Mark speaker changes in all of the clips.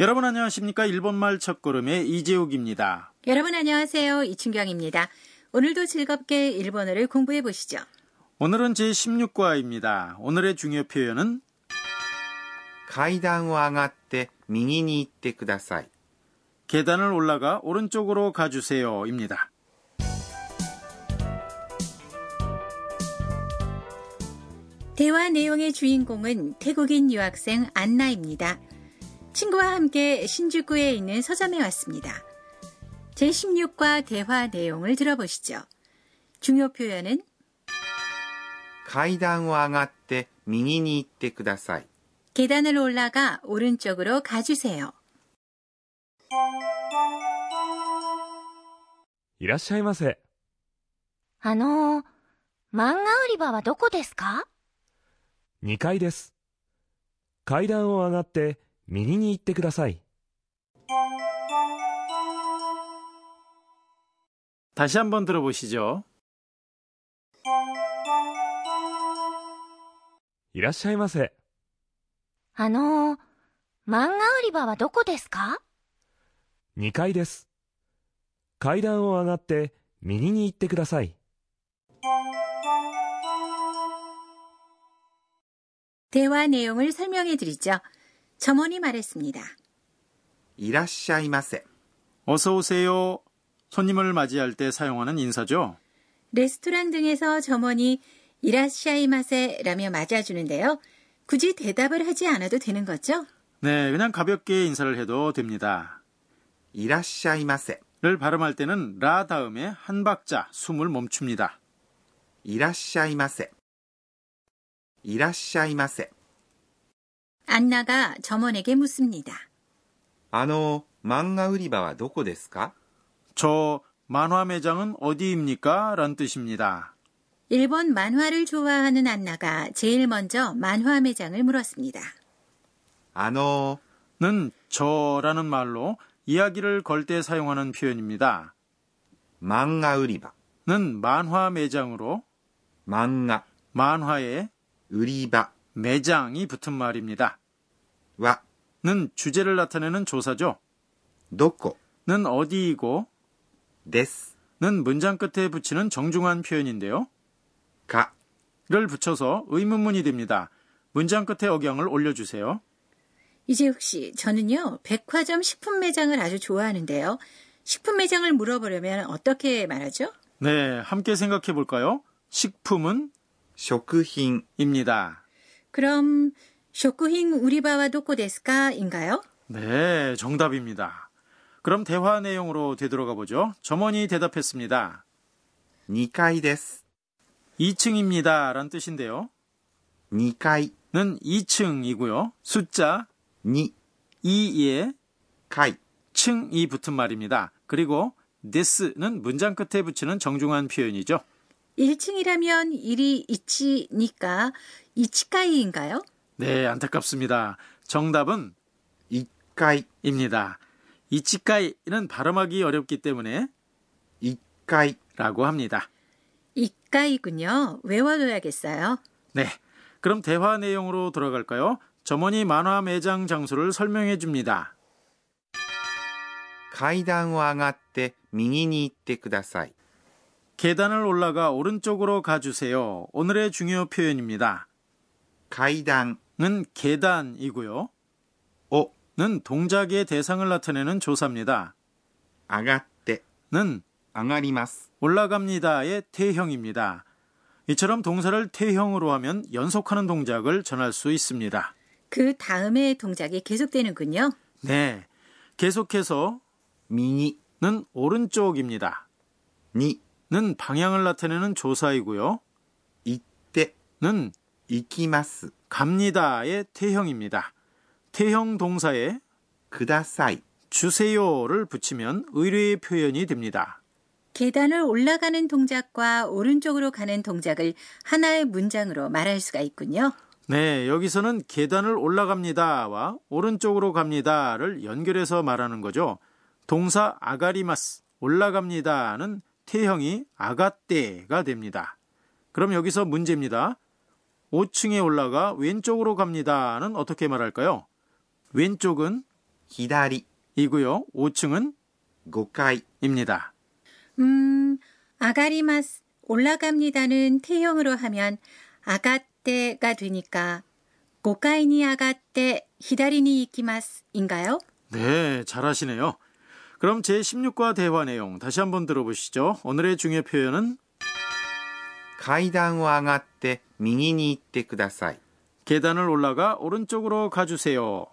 Speaker 1: 여러분 안녕하십니까? 일본말 첫걸음의 이재욱입니다.
Speaker 2: 여러분 안녕하세요. 이춘경입니다. 오늘도 즐겁게 일본어를 공부해 보시죠.
Speaker 1: 오늘은 제16과입니다. 오늘의 중요 표현은
Speaker 3: 階段を上がって右に行ってください。
Speaker 1: 계단을 올라가 오른쪽으로 가주세요입니다.
Speaker 2: 대화 내용의 주인공은 태국인 유학생 안나입니다. 친구와 함께 신주쿠에 있는 서점에 왔습니다. 제16과 대화 내용을 들어보시죠. 중요 표현은
Speaker 3: 階段を上がって右に行ってください。
Speaker 2: 계단을 올라가 오른쪽으로 가주세요.
Speaker 4: いらっしゃいませ。
Speaker 5: あのー、漫画売り場はどこですか
Speaker 4: 2階です。階段を上がって右に行ってください。
Speaker 1: 다시 한번 들어보시죠.
Speaker 4: いらっしゃいませ。
Speaker 5: あのー、漫画売り場はどこですか
Speaker 4: 2階です。階段を上がって右に行ってください。
Speaker 2: 대화 내용을 설명해 드리죠. 점원이 말했습니다.
Speaker 3: いらっしゃいませ。
Speaker 1: 어서 오세요. 손님을 맞이할 때 사용하는 인사죠.
Speaker 2: 레스토랑 등에서 점원이 이라시아이마세라며 맞아주는데요. 굳이 대답을 하지 않아도 되는 거죠?
Speaker 1: 네, 그냥 가볍게 인사를 해도 됩니다.
Speaker 3: いらっしゃいませ。
Speaker 1: 를 발음할 때는 라 다음에 한 박자 숨을 멈춥니다.
Speaker 3: いらっしゃいませ。いらっしゃいませ。
Speaker 2: 안나가 점원에게 묻습니다.
Speaker 3: あの、漫画売り場はどこですか
Speaker 1: 저 만화 매장은 어디입니까? 란 뜻입니다.
Speaker 2: 일본 만화를 좋아하는 안나가 제일 먼저 만화 매장을 물었습니다.
Speaker 3: あの、
Speaker 1: 는 저라는 말로 이야기를 걸 때 사용하는 표현입니다.
Speaker 3: 漫画売り場。
Speaker 1: 는 만화 매장으로
Speaker 3: 漫画、
Speaker 1: 만화의
Speaker 3: 売り場
Speaker 1: 매장이 붙은 말입니다.
Speaker 3: は、
Speaker 1: 는 주제를 나타내는 조사죠.
Speaker 3: どこ
Speaker 1: 는 어디이고
Speaker 3: です
Speaker 1: 는 문장 끝에 붙이는 정중한 표현인데요.
Speaker 3: か
Speaker 1: 를 붙여서 의문문이 됩니다. 문장 끝에 억양을 올려주세요.
Speaker 2: 이재욱 씨, 저는요, 백화점 식품 매장을 아주 좋아하는데요. 식품 매장을 물어보려면 어떻게 말하죠?
Speaker 1: 네, 함께 생각해 볼까요? 식품은
Speaker 3: 食品
Speaker 1: 입니다.
Speaker 2: 그럼, 쇼쿠힝 우리바와 도코데스까? 인가요?
Speaker 1: 네, 정답입니다. 그럼 대화 내용으로 되돌아가 보죠. 점원이 대답했습니다.
Speaker 3: 2階です。
Speaker 1: 2층입니다. 란 뜻인데요.
Speaker 3: 2階、
Speaker 1: 는 2층이고요. 숫자
Speaker 3: 2
Speaker 1: 2에
Speaker 3: 階、
Speaker 1: 층이 붙은 말입니다. 그리고 this는 문장 끝에 붙이는 정중한 표현이죠.
Speaker 2: 1층이라면 일이 이치니까 이치카이인가요?
Speaker 1: 네, 안타깝습니다. 정답은
Speaker 3: 1階、
Speaker 1: 입니다. 이치카이는 발음하기 어렵기 때문에
Speaker 3: 1階、
Speaker 1: 라고 합니다.
Speaker 2: 이까이군요. 외워둬야겠어요.
Speaker 1: 네. 그럼 대화 내용으로 돌아갈까요? 점원이 만화 매장 장소를 설명해 줍니다.
Speaker 3: 階段を上がって右に行ってください。
Speaker 1: 계단을 올라가 오른쪽으로 가주세요. 오늘의 중요 표현입니다.
Speaker 3: 階段
Speaker 1: 는 계단이고요. 어?
Speaker 3: を
Speaker 1: 는 동작의 대상을 나타내는 조사입니다.
Speaker 3: 上がって
Speaker 1: 는
Speaker 3: 上がります。
Speaker 1: 올라갑니다의 태형입니다. 이처럼 동사를 태형으로 하면 연속하는 동작을 전할 수 있습니다.
Speaker 2: 그 다음에 동작이 계속되는군요.
Speaker 1: 네. 계속해서는
Speaker 3: 右
Speaker 1: 오른쪽입니다.
Speaker 3: に
Speaker 1: 는 방향을 나타내는 조사이고요.
Speaker 3: 行って
Speaker 1: 는
Speaker 3: 行きます。
Speaker 1: 갑니다의 태형입니다. 태형 동사에
Speaker 3: ください。
Speaker 1: 주세요를 붙이면 의뢰의 표현이 됩니다.
Speaker 2: 계단을 올라가는 동작과 오른쪽으로 가는 동작을 하나의 문장으로 말할 수가 있군요.
Speaker 1: 네, 여기서는 계단을 올라갑니다와 오른쪽으로 갑니다를 연결해서 말하는 거죠. 동사 아가리마스, 올라갑니다는 태형이 아가떼가 됩니다. 그럼 여기서 문제입니다. 5층에 올라가 왼쪽으로 갑니다는 어떻게 말할까요? 왼쪽은
Speaker 3: 左
Speaker 1: 이고요. 5층은
Speaker 3: 5階
Speaker 1: 입니다.
Speaker 2: 음, 아가리마스 올라갑니다는 태형으로 하면 아가떼가 되니까 고가이니 아가떼 히다리니 이키마스인가요?
Speaker 1: 네, 잘하시네요. 그럼 제16과 대화 내용 다시 한번 들어보시죠. 오늘의 중요 표현은
Speaker 3: 階段を上がって右に行ってください
Speaker 1: 계단을 올라가 오른쪽으로 가주세요.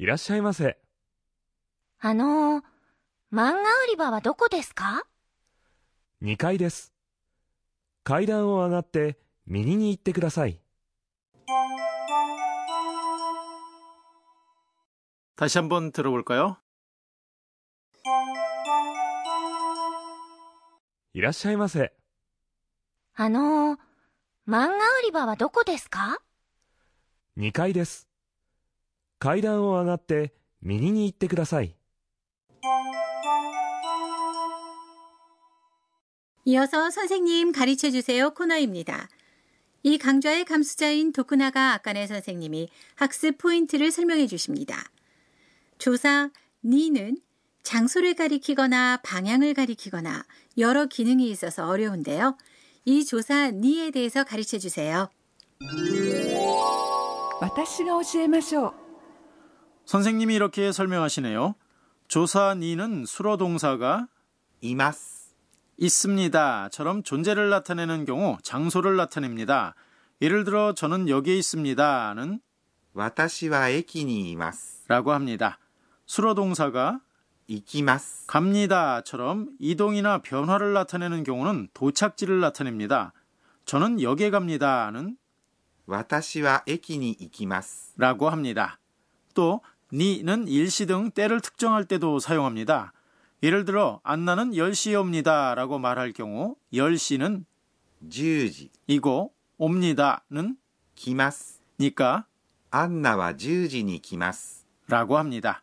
Speaker 4: いらっしゃいませ。
Speaker 5: あの漫画売り場はどこですか
Speaker 4: 2階です。階段を上がって右に行ってください。
Speaker 1: 다시 한번 들어볼까요?
Speaker 4: いらっしゃいませ。
Speaker 5: あの漫画売り場はどこですか
Speaker 4: 2階です。階段を上がって右に行ってください。
Speaker 2: 이어서 선생님 가르쳐 주세요 코너입니다. 이 강좌의 감수자인 도쿠나가 아까네 선생님이 학습 포인트를 설명해 주십니다. 조사 니는 장소를 가리키거나 방향을 가리키거나 여러 기능이 있어서 어려운데요. 이 조사 니에 대해서 가르쳐 주세요.
Speaker 6: 私が教えましょう
Speaker 1: 선생님이 이렇게 설명하시네요. 조사니는 수로 동사가
Speaker 3: います
Speaker 1: 있습니다처럼 존재를 나타내는 경우 장소를 나타냅니다. 예를 들어 저는 여기에 있습니다는
Speaker 3: 私は駅にいます
Speaker 1: 라고 합니다. 수로 동사가
Speaker 3: 行きます
Speaker 1: 갑니다처럼 이동이나 변화를 나타내는 경우는 도착지를 나타냅니다. 저는 역에 갑니다는
Speaker 3: 私は駅に行きます
Speaker 1: 라고 합니다. 또 니는 일시 등 때를 특정할 때도 사용합니다. 예를 들어 안나는 10시에 옵니다라고 말할 경우 10시는
Speaker 3: 10時
Speaker 1: 이고 옵니다는
Speaker 3: 来ます
Speaker 1: 니까
Speaker 3: アンナは10時に来ます
Speaker 1: 라고 합니다.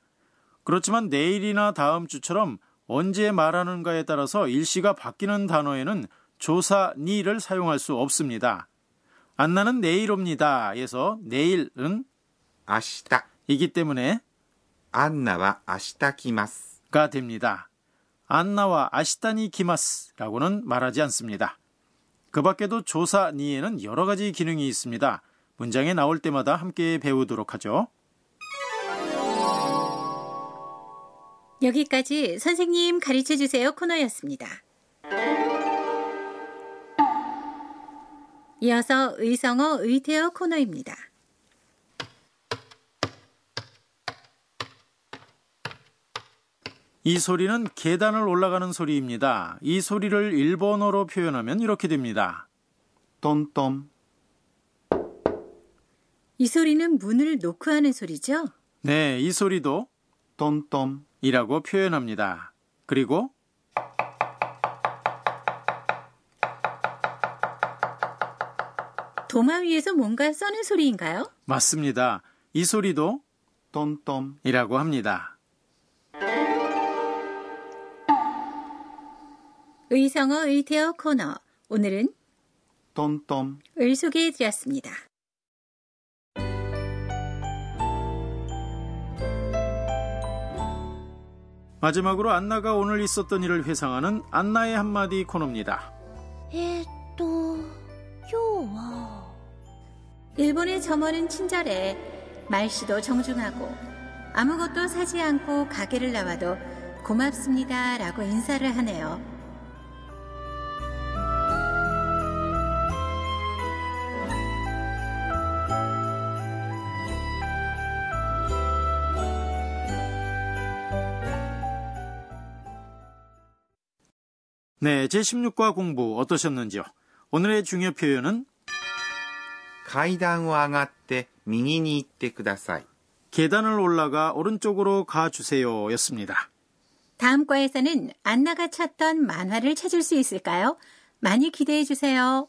Speaker 1: 그렇지만 내일이나 다음 주처럼 언제 말하는가에 따라서 일시가 바뀌는 단어에는 조사 니를 사용할 수 없습니다. 안나는 내일 옵니다에서 내일은
Speaker 3: 明日
Speaker 1: 이기 때문에
Speaker 3: アンナは明日来ます
Speaker 1: 가 됩니다. 안나와 아시타니 키마스라고는 말하지 않습니다. 그 밖에도 조사 니에는 여러 가지 기능이 있습니다. 문장에 나올 때마다 함께 배우도록 하죠.
Speaker 2: 여기까지 선생님 가르쳐 주세요 코너였습니다. 이어서 의성어 의태어 코너입니다.
Speaker 1: 이 소리는 계단을 올라가는 소리입니다. 이 소리를 일본어로 표현하면 이렇게 됩니다.
Speaker 3: トントン
Speaker 2: 이 소리는 문을 놓고 하는 소리죠?
Speaker 1: 네, 이 소리도
Speaker 3: トントン
Speaker 1: 이라고 표현합니다. 그리고
Speaker 2: 도마 위에서 뭔가 써는 소리인가요?
Speaker 1: 맞습니다. 이 소리도
Speaker 3: トントン
Speaker 1: 이라고 합니다.
Speaker 2: 의성어 의태어 코너. 오늘은
Speaker 3: トントン
Speaker 2: 을 소개해 드렸습니다.
Speaker 1: 마지막으로 안나가 오늘 있었던 일을 회상하는 안나의 한마디 코너입니다.
Speaker 5: えーっと今日は
Speaker 2: 일본의 점원은 친절해 말씨도 정중하고 아무것도 사지 않고 가게를 나와도 고맙습니다 라고 인사를 하네요.
Speaker 1: 네, 제16과 공부 어떠셨는지요? 오늘의 중요 표현은
Speaker 3: 階段を上がって右に行ってください
Speaker 1: 계단을 올라가 오른쪽으로 가주세요 였습니다.
Speaker 2: 다음 과에서는 안나가 찾던 만화를 찾을 수 있을까요? 많이 기대해 주세요.